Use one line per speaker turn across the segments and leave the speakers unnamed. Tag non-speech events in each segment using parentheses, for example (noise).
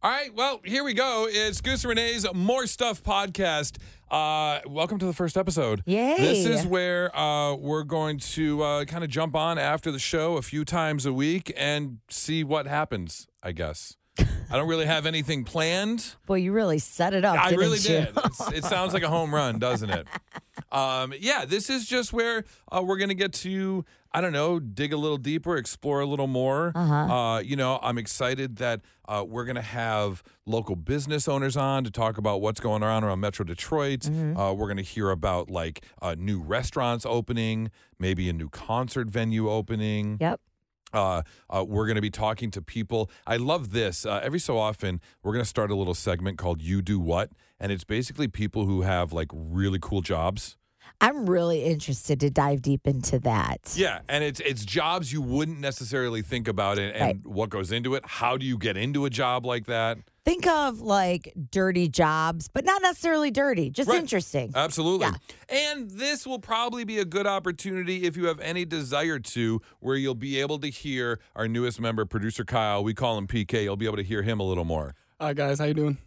All right, well, here we go. It's Goose Renee's More Stuff podcast. Uh, welcome to the first episode.
Yay.
This is where uh, we're going to uh, kind of jump on after the show a few times a week and see what happens, I guess. (laughs) I don't really have anything planned.
Boy, you really set it up.
I
didn't
really
you?
did. It's, it sounds like a home run, doesn't it? Um, yeah, this is just where uh, we're going to get to, I don't know, dig a little deeper, explore a little more.
Uh-huh.
Uh, you know, I'm excited that uh, we're going to have local business owners on to talk about what's going on around Metro Detroit.
Mm-hmm.
Uh, we're going to hear about like uh, new restaurants opening, maybe a new concert venue opening.
(laughs) Yep.
Uh, uh, we're going to be talking to people. I love this. Uh, every so often, we're going to start a little segment called You Do What? And it's basically people who have like really cool jobs.
I'm really interested to dive deep into that.
Yeah. And it's, it's jobs you wouldn't necessarily think about and, and what goes into it. How do you get into a job like that?
Think of like dirty jobs, but not necessarily dirty, just
Right. Uh,
interesting.
Absolutely. And this will probably be a good opportunity if you have any desire to, where you'll be able to hear our newest member, producer Kyle. We call him PK. You'll be able to hear him a little more.
Hi guys, how you doing?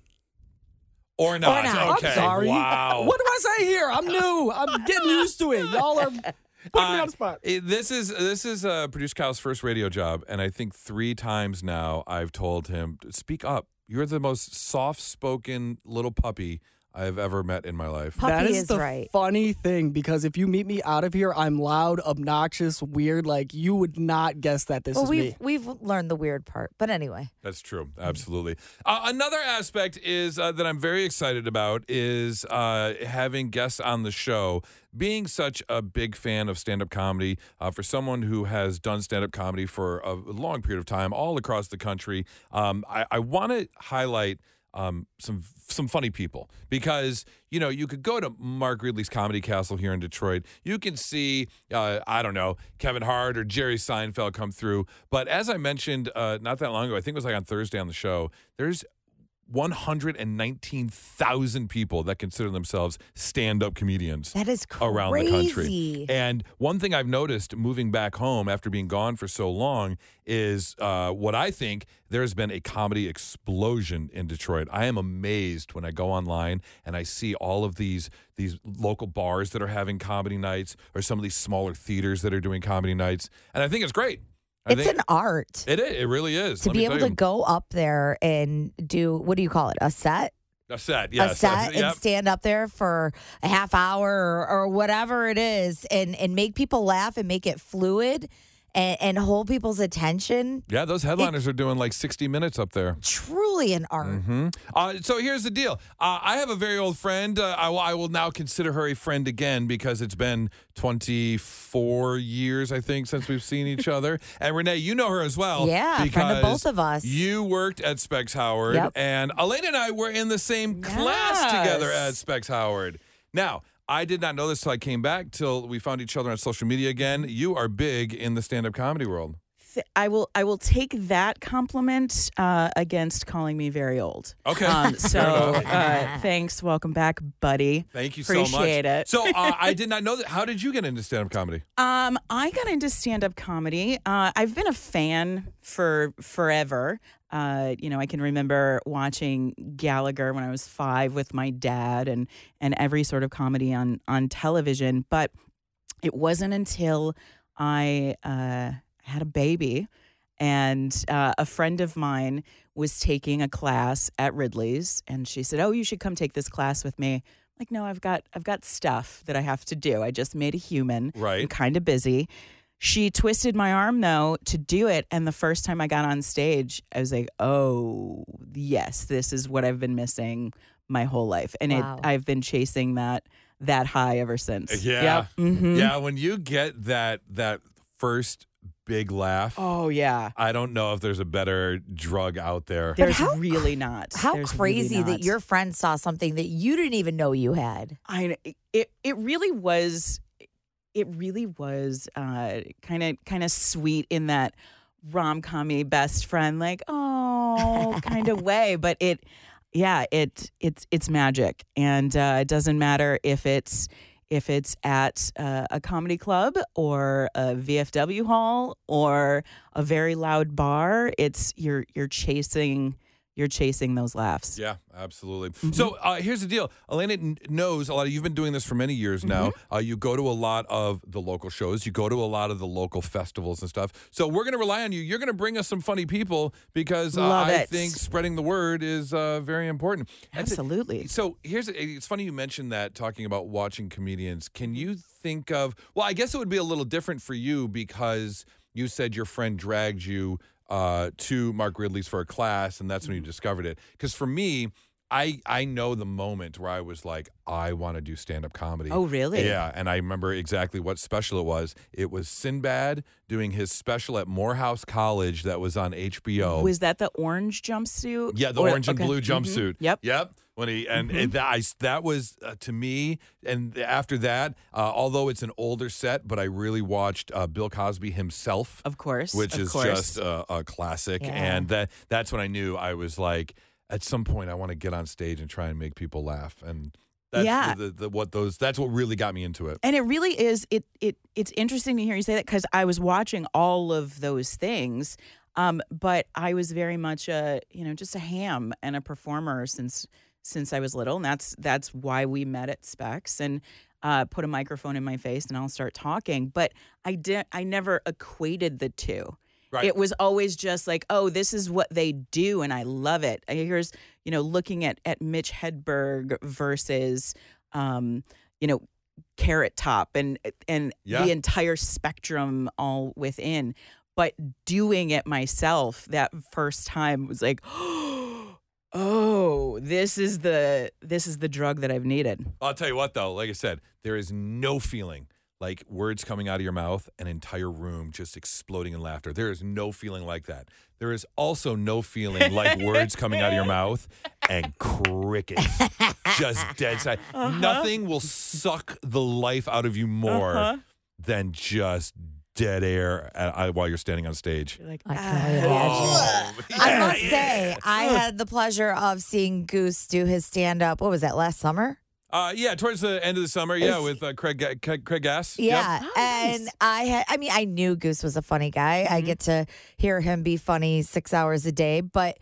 Or not.
not. I'm
Okay.
Sorry.
Wow.
(laughs) What do I say here? I'm new. I'm getting used to it. Y'all are putting me on the spot.
Uh, It- this is this is uh, producer Kyle's first radio job, and I think three times now I've told him, "Speak up! You're the most soft-spoken little puppy I've ever met in my life."
Puppy
that is,
is
the
right.
funny thing because if you meet me out of here, I'm loud, obnoxious, weird. Like you would not guess that this
well,
is
we've
me.
we've learned the weird part, but anyway,
That's true, absolutely. Uh, another aspect is uh, that I'm very excited about is uh, having guests on the show. Being such a big fan of stand-up comedy, uh, for someone who has done stand-up comedy for a long period of time all across the country, um, I, I want to highlight um, some some funny people because you know you could go to Mark Ridley's Comedy Castle here in Detroit. You can see uh, I don't know Kevin Hart or Jerry Seinfeld come through. But as I mentioned uh, not that long ago, I think it was like on Thursday on the show. There's 119,000 people that consider themselves stand-up comedians
that is crazy.
around the country. And one thing I've noticed moving back home after being gone for so long is uh, what I think there's been a comedy explosion in Detroit. I am amazed when I go online and I see all of these these local bars that are having comedy nights or some of these smaller theaters that are doing comedy nights. And I think it's great. I
It's
think
an art
it, it really is.
to
Let me
be
tell
able to
you.
go up there and do what do you call it? A set,
a set, yes.
a
(laughs)
set,
Yep.
and stand up there for a half hour or, or whatever it is, and and make people laugh and make it fluid, and, and hold people's attention.
Yeah, those headliners are doing like 60 minutes up there.
Truly an art.
hmm Uh, so here's the deal. Uh, I have a very old friend. Uh, I, will- I will now consider her a friend again because it's been 24 years, I think, since we've seen
(laughs)
each other. And Renee, you know her as well.
Yeah, friend of
because
both of us.
You worked at Specs Howard,
Yep.
and Elaine and I were in the same class together
Yes.
at Specs Howard. Now. I did not know this till I came back, till we found each other on social media again. You are big in the stand up comedy world.
th- I will I will take that compliment uh, against calling me very old.
Okay. (laughs)
Um, so
enough.
uh, thanks, welcome back, buddy.
Thank you so much.
Appreciate it.
So
(laughs)
uh, I did not know that. How did you get into stand up comedy?
Um, I got into stand up comedy. Uh, I've been a fan for forever. Uh, you know, I can remember watching Gallagher when I was five with my dad, and and every sort of comedy on on television. But it wasn't until I uh, had a baby and uh, a friend of mine was taking a class at Ridley's, and she said, "Oh, you should come take this class with me." Like, no, I've got I've got stuff that I have to do. I just made a human.
Right.
I'm kind of busy. She twisted my arm though to do it, and the first time I got on stage, I was like, "Oh, yes, this is what I've been missing my whole life," and
Wow.
it, I've been chasing that that high ever since.
Yeah.
Yep. Mhm.
Yeah, when you get that that first big laugh,
Oh yeah.
I don't know if there's a better drug out there.
There's
how
really not.
How
There's really
crazy
not.
that your friend saw something that you didn't even know you had.
I it it really was it really was kind of kind of sweet in that rom commy best friend like oh
(laughs)
kind of way, but it yeah it it's it's magic and uh, it doesn't matter if it's if it's at uh, a comedy club or a VFW hall or a very loud bar, it's you're you're chasing you're chasing those laughs.
Yeah, absolutely.
Mm-hmm.
So uh, here's the deal. Elena n- knows a lot. Of, you've been doing this for many years now.
Mm-hmm.
Uh, you go to a lot of the local shows. You go to a lot of the local festivals and stuff. So we're going to rely on you. You're going to bring us some funny people because uh,
Love
I
it.
think spreading the word is uh, very important. That's it.
Absolutely.
So here's it's funny you mentioned that talking about watching comedians.
Mm-hmm.
Can you think of well, I guess it would be a little different for you because you said your friend dragged you uh, to Mark Ridley's for a class, and that's when you
Mm-hmm.
discovered it. Because for me, I I know the moment where I was like, I want to do stand up comedy.
Oh, really?
Yeah, and I remember exactly what special it was. It was Sinbad doing his special at Morehouse College that was on HBO.
Was that the orange jumpsuit?
Oh. Yeah, the
Or-
orange and
okay.
blue
Mhm.
jumpsuit.
Yep. Mm-hmm.
Yep. When he and it- that I, that was uh, to me, and after that, uh, although it's an older set, but I really watched uh, Bill Cosby himself,
Of course.
which
of
is
course.
just a, a classic,
Yeah.
and that that's when I knew I was like, at some point, I want to get on stage and try and make people laugh, and that's
Yeah.
the, the, the, what those that's what really got me into it.
And it really is. It it it's interesting to hear you say that because I was watching all of those things, um, but I was very much a you know just a ham and a performer since since I was little, and that's that's why we met at Specs and uh, put a microphone in my face and I'll start talking. But I did I never equated the two.
Right.
It was always just like, oh, this is what they do, and I love it. I- Here's you know looking at at Mitch Hedberg versus. Um, you know, carrot top and and
Yeah.
the entire spectrum all within but doing it myself that first time was like (gasps) oh this is the this is the drug that i've needed
I'll tell you what, though. Like I said, there is no feeling like words coming out of your mouth, an entire room just exploding in laughter. There is no feeling like that. There is also no feeling like words coming out of
(laughs)
your mouth and crickets, just dead silent.
Uh-huh.
Nothing will suck the life out of you more
Uh-huh.
than just dead air uh, uh, while you're standing on stage. Oh,
You're like
I
"Ah."
can imagine. I
Yeah,
must
yeah.
say, I had the pleasure of seeing Goose do his stand up. What was that last summer?
Uh, yeah, towards the end of the summer, yeah,
Is-
with uh, Craig, Ga- Craig Craig Gass. Yep.
Yeah,
Oh, nice. Mm-hmm.
and I had. I mean, I knew Goose was a funny guy. I get to hear him be funny six hours a day, but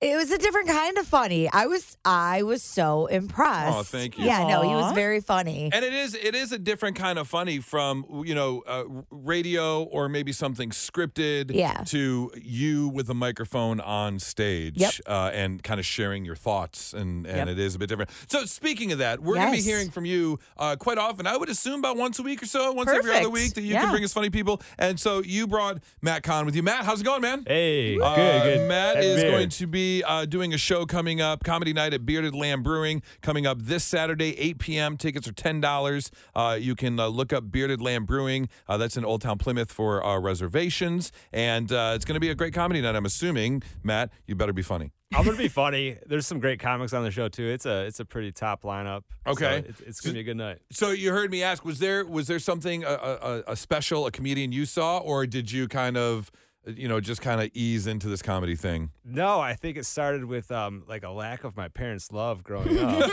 it was a different kind of funny. I was, I was so impressed.
Aw, thank you.
Yeah, no, he was
Aw.
very funny.
And it is it is a different kind of funny from you know uh, r- radio or maybe something scripted
Yeah.
to you with a microphone on stage
Yep.
uh, and kind of sharing your thoughts and and
Yep.
it is a bit different. So speaking of that, we're going to be
Yes.
hearing from you uh, quite often. I would assume about once a week or so, once every other
Perfect.
week that you can
Yeah.
bring us funny people. And so you brought Matt Kahn with you. Matt, how's it going, man?
Hey, good,
Uh,
good.
Matt
Happy
is
New Year.
going to be uh, doing a show coming up, comedy night at Bearded Lamb Brewing, coming up this Saturday, 8 p.m. Tickets are ten dollars. Uh, you can uh, look up Bearded Lamb Brewing. Uh, that's in Old Town Plymouth for uh, reservations, and uh, it's going to be a great comedy night. I'm assuming, Matt, you better be funny.
I'm gonna be funny. There's some great comics on the show too. It's a it's a pretty top lineup. So
Okay.
it's, it's gonna be a good night.
So you heard me ask: was there was there something a, a, a- a special a comedian you saw, or did you kind of you know just kind of ease into this comedy thing?
No, I think it started with um like a lack of my parents' love growing up.
(laughs)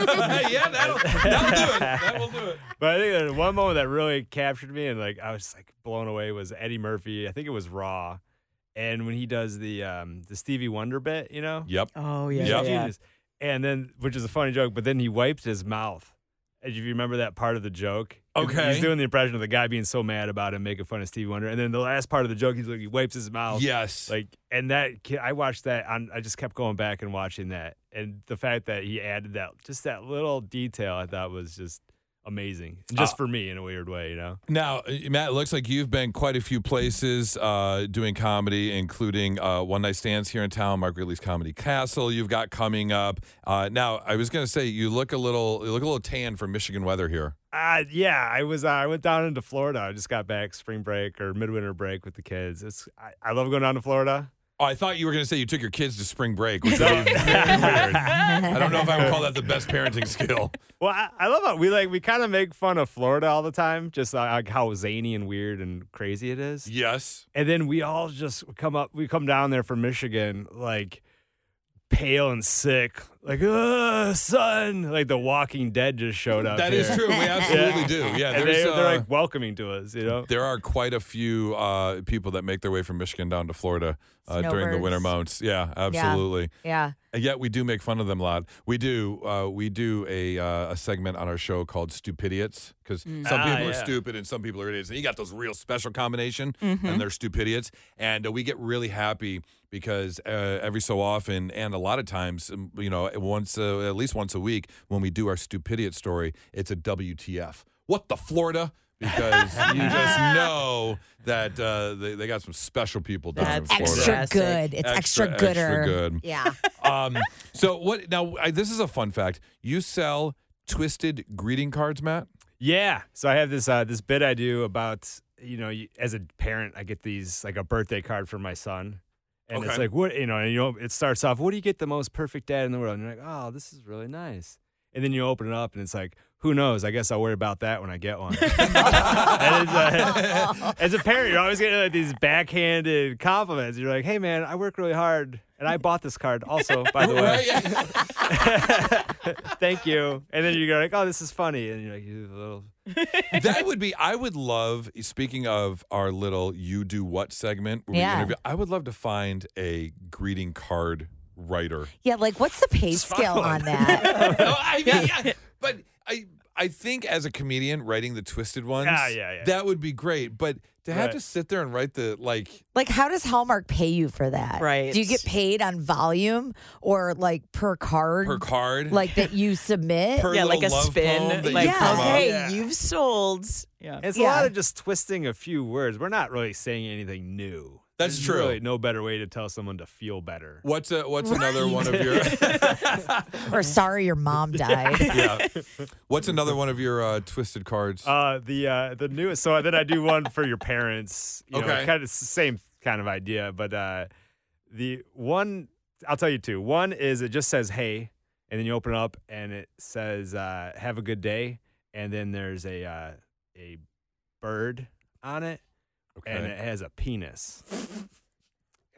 yeah, that'll, that'll do it. That will do it.
but I think there's one moment that really captured me and like I was like blown away was Eddie Murphy. I think it was Raw, and when he does the um the Stevie Wonder bit, you know.
(laughs) Yep.
oh yeah,
He's
Yeah.
a
yeah,
(laughs)
yeah.
genius. And then, which is a funny joke, but then he wiped his mouth. And if you remember that part of the joke,
Okay.
he's doing the impression of the guy being so mad about him making fun of Stevie Wonder. And then the last part of the joke, he's like, he wipes his mouth.
Yes.
Like, and that ki- I watched that. On, I just kept going back and watching that, and the fact that he added that, just that little detail, I thought was just amazing, just
Uh,
for me in a weird way, you know.
Now, uh, Matt, it looks like you've been quite a few places uh, doing comedy, including uh, One Night Stands here in town, Mark Ridley's Comedy Castle. You've got coming up. Uh, now, I was going to say you look a little, you look a little tan from Michigan weather here.
Uh, yeah, I was. Uh, I went down into Florida. I just got back spring break or midwinter break with the kids. It's I, I love going down to Florida.
Oh, I thought you were going to say you took your kids to spring break,
(laughs)
which would be very weird. (laughs) I don't know if I would call that the best parenting skill.
Well, I, I love how we like we kind of make fun of Florida all the time, just uh, like how zany and weird and crazy it is.
Yes.
And then we all just come up, we come down there from Michigan, like pale and sick, like, "Ugh, son!" Like the Walking Dead just showed up.
That is
here.
true. We absolutely do. Yeah,
and
there's,
they,
uh,
they're like welcoming to us, you know.
there are quite a few uh, people that make their way from Michigan down to Florida uh, during the
Snowbirds.
winter months. Yeah, absolutely.
(laughs) Yeah.
And yet we do make fun of them a lot. We do. Uh, we do a uh, a segment on our show called "Stupidiots" because
Mm.
some
Ah,
people are
yeah.
stupid and some people are idiots. And you got those real special combination,
Mm-hmm.
and they're stupidiots. And uh, we get really happy because uh, every so often, and a lot of times, um, you know, once uh, at least once a week, when we do our stupidiot story, it's a WTF? What the Florida? Because
(laughs)
you just know that uh, they, they got some special people down in
That's
Florida.
Extra
Fantastic.
good. It's
Extra-
extra,
extra
gooder.
good.
Yeah.
Um, so what? Now I, this is a fun fact. You sell twisted greeting cards, Matt.
Yeah. So I have this uh, this bit I do about you know you, as a parent I get these like a birthday card for my son, and it's
Okay.
like what you know and you know it starts off what do you get the most perfect dad in the world and you're like oh this is really nice and then you open it up and it's like who knows I guess I'll worry about that when I get one. (laughs) And it's, uh, as a parent you're always getting like these backhanded compliments. You're like hey man I work really hard and I bought this card also
(laughs)
by the
Oh,
way. Thank you. And then you go like oh this is funny and you're like you little
(laughs) that would be. I would love. Speaking of our little "You Do What" segment, where
Yeah.
we interview, I would love to find a greeting card writer.
Yeah. Like, what's the pay
(laughs)
scale on that?
no, I mean, yeah, but I. I think as a comedian writing the twisted ones,
Ah, yeah, yeah.
that would be great. But to have
Right.
to sit there and write the like,
like, how does Hallmark pay you for that?
Right.
Do you get paid on volume or like per card?
per card,
Like that you submit?
per
yeah, like a
little love poem
spin.
that you
Like,
come up-
okay,
Yeah.
you've sold. Yeah.
It's a
Yeah.
lot of just twisting a few words. We're not really saying anything new.
That's
There's
true.
Really no better way to tell someone to feel better.
What's a, what's another one of your?
or sorry, your mom
(laughs)
died.
yeah. What's another one of your uh, twisted cards?
Uh, the uh, the newest. So then I do one for your parents. You
Okay.
Know, kind of s- same kind of idea, but uh, the one I'll tell you two. One is it just says hey, and then you open it up and it says uh, have a good day, and then there's a uh, a bird on it, and it has a penis.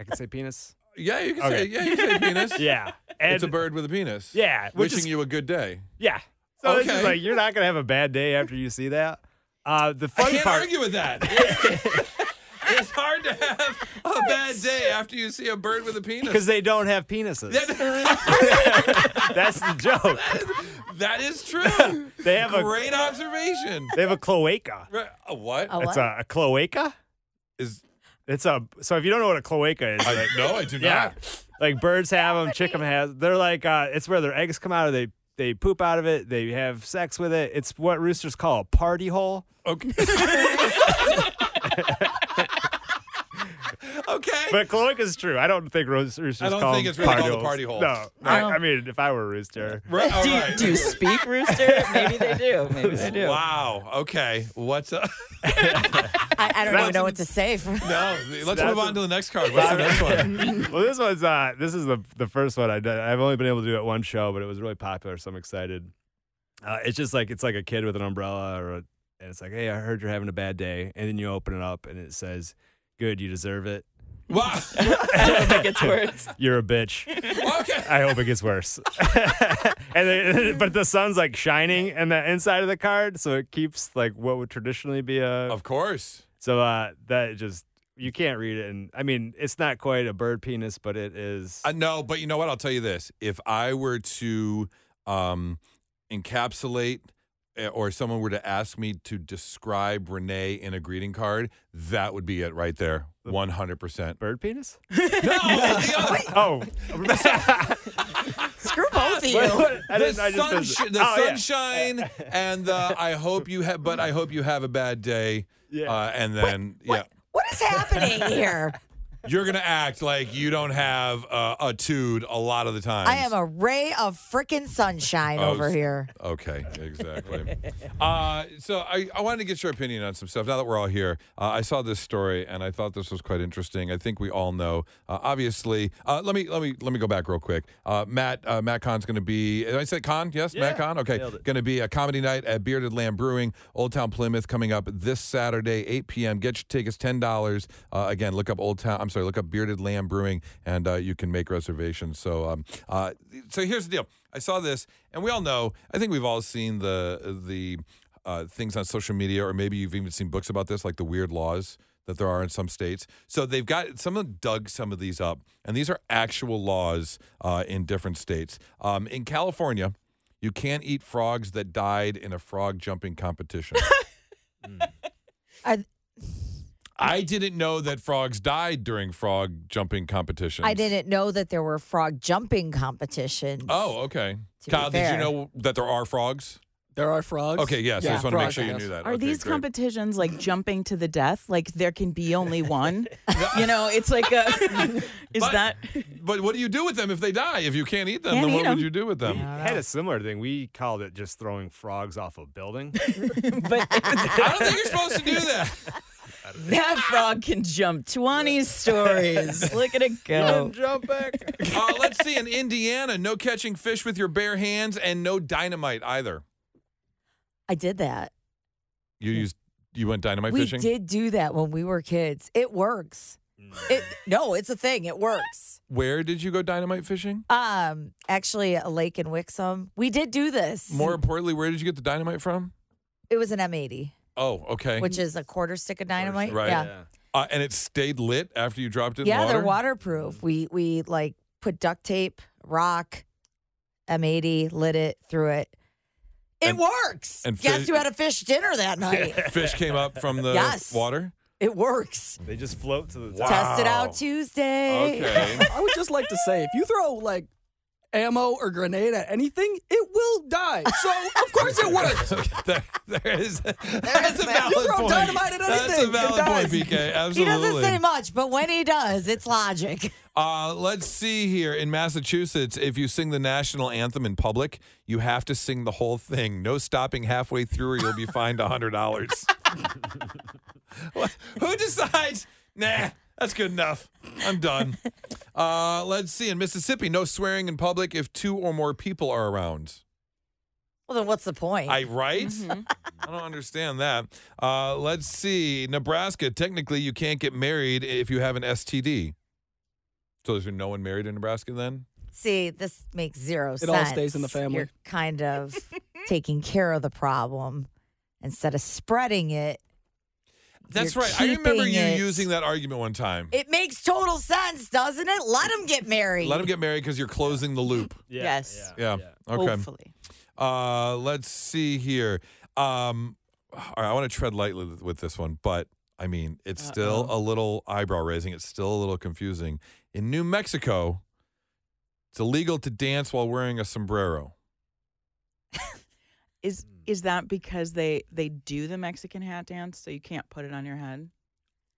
I can say penis.
yeah, you can say
Okay.
yeah, you can say penis.
(laughs) Yeah. And
it's a bird with a penis.
Yeah, which
wishing
is-
you a good day.
Yeah. So it's just
Okay.
like you're not gonna have a bad day after you see that. Uh, the
I
funny
can't
part,
argue with
(laughs)
that. it's hard to have a bad day after you see a bird with a
because
(laughs) penis.
they don't have penises. (laughs) That's the joke.
that is true.
(laughs) They have a
Great observation.
they have a cloaca.
Right. A what?
A
It's
what?
a, a cloaca.
Is
It's a so if you don't know what a cloaca is,
I,
like,
no, I do
yeah,
not.
like birds have them, chicken has. They're like uh, it's where their eggs come out of. They they poop out of it. They have sex with it. It's what roosters call a party hole. (laughs)
Okay. okay.
But cloaca's true. I don't think ro- roosters.
I don't
call
think
them
it's really called a
holes.
party hole.
No, I, I mean if I were a rooster.
Right, all
Do you,
right.
do you speak rooster? Maybe they (laughs) do.
(laughs)
Maybe they do.
Wow. Okay. What's up? (laughs)
I, I don't even know what to say. For, (laughs)
No, let's
That's
move on to the next card. What's the next one?
well, this one's uh, this is the the first one I did. I've only been able to do it one show, but it was really popular, so I'm excited. Uh, it's just like it's like a kid with an umbrella, or a, and it's like, hey, I heard you're having a bad day, and then you open it up, and it says, "Good, you deserve it.
Wow.
I don't think it's words.
(laughs) You're a bitch."
(laughs) Okay.
I hope it gets worse. (laughs) and then, (laughs) but the sun's like shining in the inside of the card, so it keeps like what would traditionally be a
Of course.
so uh, that just you can't read it, and I mean it's not quite a bird penis, but it is.
Uh, no, but you know what? I'll tell you this. If I were to um, encapsulate uh, or someone were to ask me to describe Renee in a greeting card, that would be it right there. 100%.
(laughs) Bird penis?
(laughs) No,
(laughs) Oh, (laughs)
screw
(laughs)
both of
What-
you.
what- I
the
didn't. I just
sunsh- the
oh, yeah.
sunshine
(laughs)
and the I hope you have, but I hope you have a bad day.
Yeah.
Uh, and then, yeah.
What is happening here?
You're gonna act like you don't have uh, a tood a lot of the time.
I am a ray of freaking sunshine
Oh,
over
s-
here.
Okay, exactly. uh, so I, I wanted to get your opinion on some stuff. Now that we're all here, uh, I saw this story and I thought this was quite interesting. I think we all know. Uh, obviously, uh, let me let me let me go back real quick. Uh, Matt uh, Matt Con's going to be. Did I say Con? Yes, Matt Con. Okay, going to be a comedy night at Bearded Lamb Brewing, Old Town Plymouth, coming up this Saturday, 8 p.m. Get your tickets, ten dollars. Uh, again, look up Old Town. I'm sorry. Wrestler. Look up Bearded Lamb Brewing, and uh, you can make reservations. So, um, uh, so here's the deal. I saw this, and we all know. I think we've all seen the the uh, things on social media, or maybe you've even seen books about this, like the weird laws that there are in some states. So they've got someone dug some of these up, and these are actual laws uh, in different states. Um, in California, you can't eat frogs that died in a frog jumping competition.
(laughs)
Hmm.
I,
I didn't know that frogs died during frog jumping competitions.
I didn't know that there were frog jumping competitions.
Oh, okay.
To be
Kyle, did you
fair.
know that there are frogs?
There are frogs.
Okay, yes. I
Yeah,
just want to make
frogs,
sure you
yes.
knew that.
Are
Okay,
these
great.
competitions like jumping to the death? Like there can
(laughs)
be only one? you know, it's like a. is
But- (laughs)
that.
But what do you do with them if they die? If you can't eat them,
Can't
then
eat
what
them.
would you do with them?
We had a similar thing. We called it just throwing frogs off
(laughs)
a building.
But
I don't think you're supposed
(laughs)
to do that.
that frog can jump
(laughs)
20 stories. Look at it go.
Jump back.
Uh, let's see. In Indiana, no catching fish with your bare hands and no dynamite either.
I did that.
You used you went dynamite
we
fishing.
did do that when we were kids. It works.
Mm.
It no, it's a thing. It works.
Where did you go dynamite fishing?
Um, actually, a lake in Wixom. We did do this.
More importantly, where did you get the dynamite from?
It was an M80,
Oh, okay.
which is a quarter stick of dynamite.
Right.
Yeah.
Uh, and it stayed lit after you dropped it.
yeah,
in water?
they're waterproof. We we like put duct tape, rock, M80, lit it, threw it. It
And-
works.
and
Guess
fi-
who had a fish dinner that night?
(laughs) Fish came up from the
Yes.
water.
it works.
They just float to the
Wow.
top.
Test it out Tuesday.
Okay.
(laughs) I would just like to say, if you throw like ammo or grenade at anything, it will die. So of course (laughs) it
(laughs)
works.
there, there is (laughs) that's a valid
You throw
point.
dynamite at
that's a
anything, it
valid point,
dies.
BK.
He
Absolutely.
doesn't say much, but when he does, it's logic. (laughs)
Uh, let's see here. In Massachusetts, if you sing the national anthem in public, you have to sing the whole thing. No stopping halfway through, or you'll be fined hundred dollars. (laughs) Who decides? Nah, that's good enough. I'm done. Uh, let's see. In Mississippi, no swearing in public if two or more people are around.
Well, then what's the point?
I right?
Mm-hmm.
I don't understand that. Uh, let's see. Nebraska, technically, you can't get married if you have an STD. So is there no one married in Nebraska then?
See, this makes zero
It
sense.
all stays in the family.
You're kind of
(laughs)
taking care of the problem instead of spreading it.
That's
You're
right. I remember
keeping
you
it.
using that argument one time.
It makes total sense, doesn't it? Let them get married.
Let them get married because you're closing the loop.
Yeah,
Yes.
Yeah. Okay.
Hopefully.
Uh, let's see here. Um, all right, I want to tread lightly with, with this one, but I mean, it's still a little eyebrow raising. It's still a little confusing. In New Mexico, it's illegal to dance while wearing a sombrero.
Is is that because they they do the Mexican hat dance so you can't put it on your head?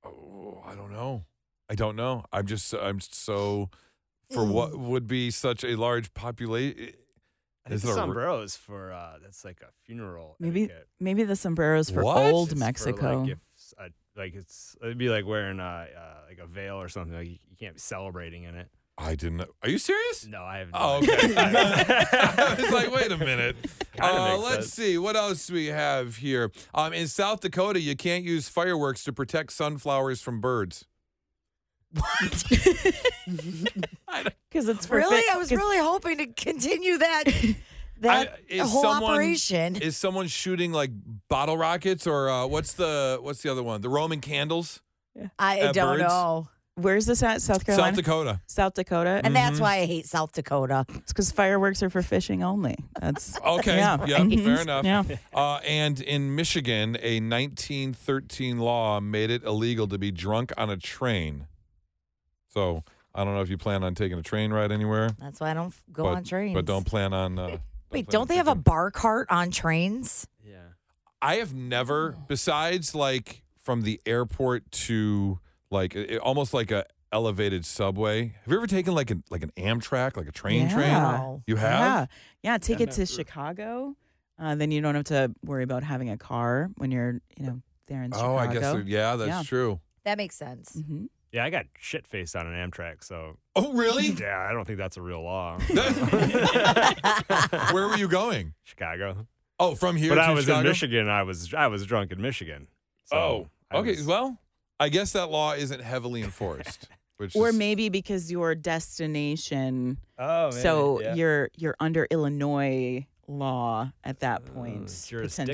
Oh, I don't know. I don't know. I'm just, I'm so, for what would be such a large population.
I think
Is
the
there a-
sombrero is for uh, that's like a funeral.
Maybe
etiquette.
maybe the sombreros for
What?
old
It's for,
Mexico.
like, if, uh, like it's it'd be like wearing a uh, like a veil or something. Like you, you can't be celebrating in it.
I didn't know. Are you serious?
No, I have. No
Oh,
idea. (laughs)
okay. (laughs) I was like, wait a minute.
Kinda
Uh,
makes
let's
sense.
see what else we have here. Um, in South Dakota, you can't use fireworks to protect sunflowers from birds.
Because it's for
really?
fit-
I was
'cause-
really hoping to
(laughs)
continue that that
I- is
whole
someone-
operation.
Is someone shooting like bottle rockets or uh, what's the what's the other one? The Roman candles.
I
at
don't
birds?
know.
Where's this at? South Carolina.
South Dakota.
South Dakota.
And
Mm-hmm.
that's why I hate South Dakota.
It's because fireworks are for fishing only. That's
Okay.
Yeah.
yeah
Mhm.
fair enough.
Yeah.
Uh, and in Michigan, a 1913 law made it illegal to be drunk on a train. So I don't know if you plan on taking a train ride anywhere.
That's why I don't f- go
but,
on trains.
But don't plan on. Uh, plan
Wait,
on
don't they have a
taking-
bar cart on trains?
yeah.
I have never,
Oh.
besides like from the airport to like it, almost like a elevated subway. Have you ever taken like an like an Amtrak, like a train
Yeah.
train?
No.
You have.
Yeah. Yeah. Take it to Chicago. Uh, then you don't have to worry about having a car when you're, you know, there in Chicago.
Oh, I guess. Yeah, that's
Yeah.
true.
That makes sense.
Mhm.
Yeah, I got shit faced on an Amtrak, so
Oh,
(laughs)
really?
yeah, I don't think that's a
(laughs)
real law.
Where were you going?
(laughs) Chicago.
Oh, from here
But
to
I was
Chicago?
in Michigan. I was I was drunk in Michigan. So
oh,
I
okay.
(laughs)
was-
Well, I guess that law isn't heavily enforced. Which
or
is-
maybe because your destination
Oh, maybe,
so
yeah.
you're you're under Illinois law at that point potentially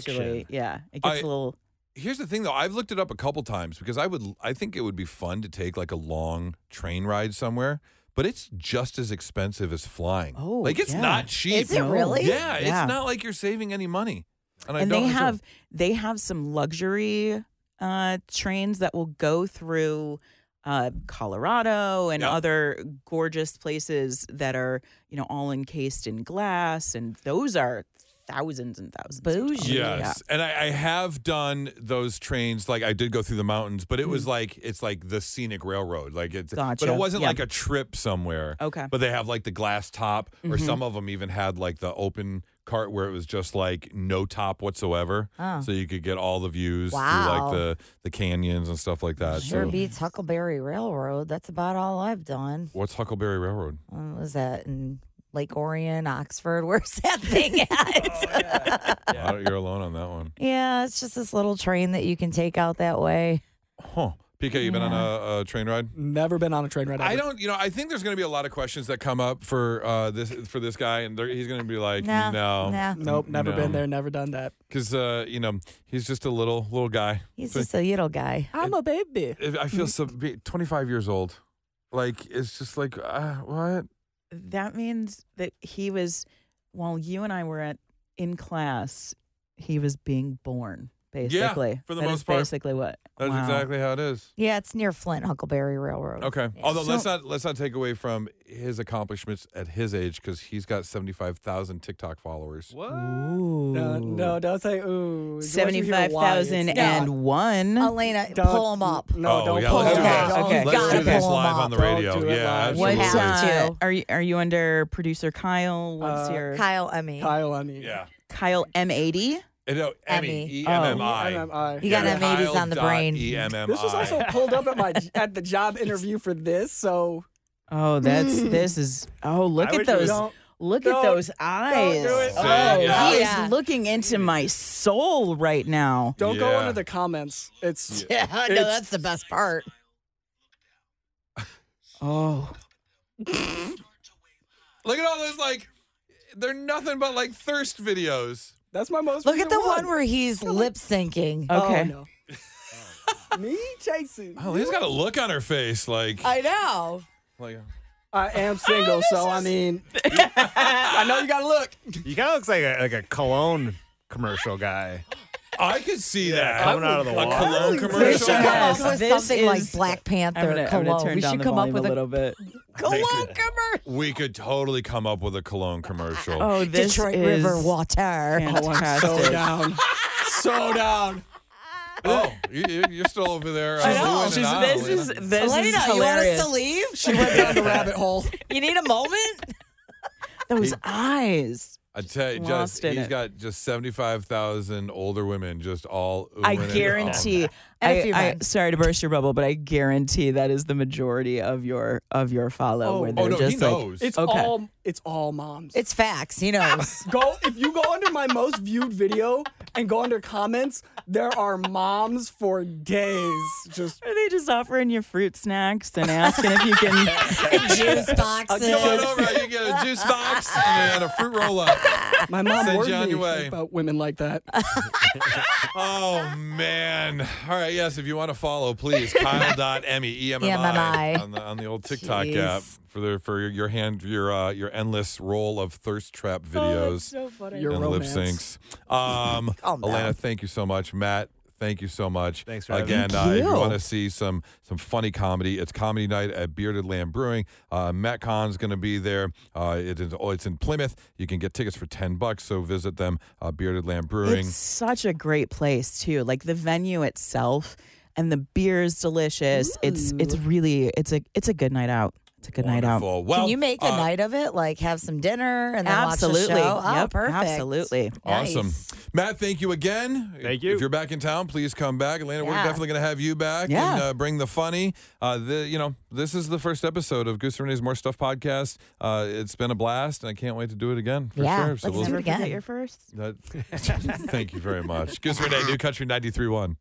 jurisdiction.
yeah it gets
I-
a little
Here's the thing, though. I've looked it up a couple times because I would, I think it would be fun to take like a long train ride somewhere, but it's just as expensive as flying.
Oh,
like it's
yeah.
not cheap.
Is it
No.
really?
Yeah,
Yeah.
it's not like you're saving any money. I
and
don't- I
they
don't-
have they have some luxury uh trains that will go through uh, Colorado and
Yeah.
other gorgeous places that are, you know, all encased in glass, and those are thousands and thousands. of dollars.
Bougie.
Yes. And I, I have done those trains. Like I did go through the mountains, but it was like it's like the scenic railroad. Like it's but
Mm-hmm. Gotcha.
it wasn't
Yeah.
like a trip somewhere.
Okay.
But they have like the glass top, or
Mm-hmm.
Mhm.
some of them even had like the open cart where it was just like no top whatsoever.
Oh.
So you could get all the views
Wow.
through like the, the canyons and stuff like that.
Sure
so
beats Huckleberry Railroad. That's about all I've done. Uh,
what's Huckleberry
(laughs)
Railroad?
What was that in Lake Orion, Oxford? (laughs) Where's that
(laughs)
thing
Oh,
at?
I don't- you're alone on that one.
yeah, it's just this little train that you can take out that way.
Huh. PK, you been on a, a train ride?
Never been on a train ride.
I
ever.
don't, you know, I think there's going to be a lot of questions that come up for uh, this for this guy, and they're- he's going to be like,
Nah,
no,
nah.
Nope, never
No.
been there, never done that.
because uh, you know he's just a little little guy.
He's
So-
just a little guy.
I'm a baby.
I I feel so be- 25 years old. Like it's just like uh, what?
That means that he was, while you and I were at in class, he was being born. Basically,
for the
That is
most part.
basically what.
That's
wow.
exactly how it is.
Yeah, it's near Flint Huckleberry Railroad.
Okay.
Yeah.
Although let's
So-
not let's not take away from his accomplishments at his age because he's got 75,000 TikTok followers.
What?
No, no, don't say ooh.
Seventy-five thousand and one.
Elena, pull him up.
No,
oh,
don't
yeah,
pull
let's
him
do
up.
this.
Okay.
Let's
Gotta
do this
pull him
live
up.
on the
Don't
radio.
do it
yeah,
live.
absolutely.
What's
What's up?
uh,
to.
are you are you under producer Kyle? What's
Uh,
your
Kyle Emmy.
Kyle on you.
Yeah.
Kyle M eighty?
And, no,
Emmy.
Emmy. E
Oh,
EMMI.
MMI.
You gotta have Amy's on the brain.
EMMI.
This was also pulled up at my (laughs) at the job interview for this, so
Oh, that's this is oh look at
I would do it.
those
Don't-
look
don't-
at those
do
eyes.
it.
Oh,
Say it, yeah.
he
Yeah.
is looking into my soul right now.
don't go
Yeah.
into the comments. It's
(laughs) Yeah, no,
It's-
that's the best part.
Oh,
Look at all those like they're nothing but like thirst videos.
that's my most.
Look at
recent
the one where he's lip syncing.
Oh,
okay.
no. (laughs) Me chasing.
Oh, he's got a look on her face like
I know.
like
I
(laughs)
am single, so I mean, I know you gotta look.
(laughs) You kind of looks like a like a cologne commercial guy.
I could see that
coming out of the
a
water.
cologne
We
commercial.
should come up
Yes,
with
this
something like
is-
Black Panther
I'm gonna, I'm
cologne.
gonna turn
we
down
should
the
come up
volume
with a,
a little bit.
cologne commercial.
We could totally come up with a cologne commercial.
Oh, this
Detroit
is
River water. Oh,
Fantastic.
So down, so down.
(laughs) Oh, you, you- you're still over there.
I
doing
know.
it
She's-
on,
this
Elena.
is this
Elena,
is
you want us
hilarious.
to leave?
She went down the rabbit hole.
(laughs) you need a moment?
Those eyes.
I tell you, just
lost in
he's
it.
got just seventy-five thousand older women, just all.
I
oohing and
guarantee.
And a
I,
few
I,
men.
sorry to burst your bubble, but I guarantee that is the majority of your of your follow.
Oh,
where
ahhing.
they're
Oh no,
just
he
like,
knows.
It's
Okay.
all it's all moms.
It's facts. He knows.
go if you go under my most viewed video and go under comments, there are moms for days. Just
Are they just offering you fruit snacks and asking if
(laughs)
you can?
(laughs) Juice boxes.
Come
(laughs)
on over. You get a juice box and a fruit roll-up.
my mom
Send
warned
you on
me
your way.
about women like that.
Oh man! All right, yes. If you want to follow, please Kyle.Emmy
EMMI.
EMMI on the on the old TikTok
Jeez.
app for their for your, your hand your uh, your endless roll of thirst trap
Oh,
videos
Your
and
romance.
lip syncs. Um,
Calm down.
Elena, thank you so much. Matt, thank you so much.
Thanks for having me.
again.
Thank
uh, if you
you.
want to see some some funny comedy, it's comedy night at Bearded Lamb Brewing. Uh, Matt Kahn's going to be there. Uh, it is oh, it's in Plymouth. You can get tickets for ten bucks. So visit them, uh, Bearded Lamb Brewing.
It's such a great place too. Like the venue itself and the beer is delicious. It's it's really it's a it's a good night out. It's a good night out.
Wonderful. Well,
Can you make a
uh,
night of it? Like have some dinner and then
Absolutely.
watch the show? Oh,
Yep,
perfect.
Absolutely.
Awesome.
Nice.
Matt, thank you again.
Thank you.
If you're back in town, please come back. Atlanta, we're
Yeah.
definitely going to have you back
Yeah.
and uh, bring the funny. Uh, the, you know, this is the first episode of Goose and Renee's More Stuff podcast. Uh, it's been a blast, and I can't wait to do it again for
Yeah,
sure. So
let's do it
we'll,
again.
(laughs)
first.
that, thank you very much. Goose and Renee, New Country 93.1.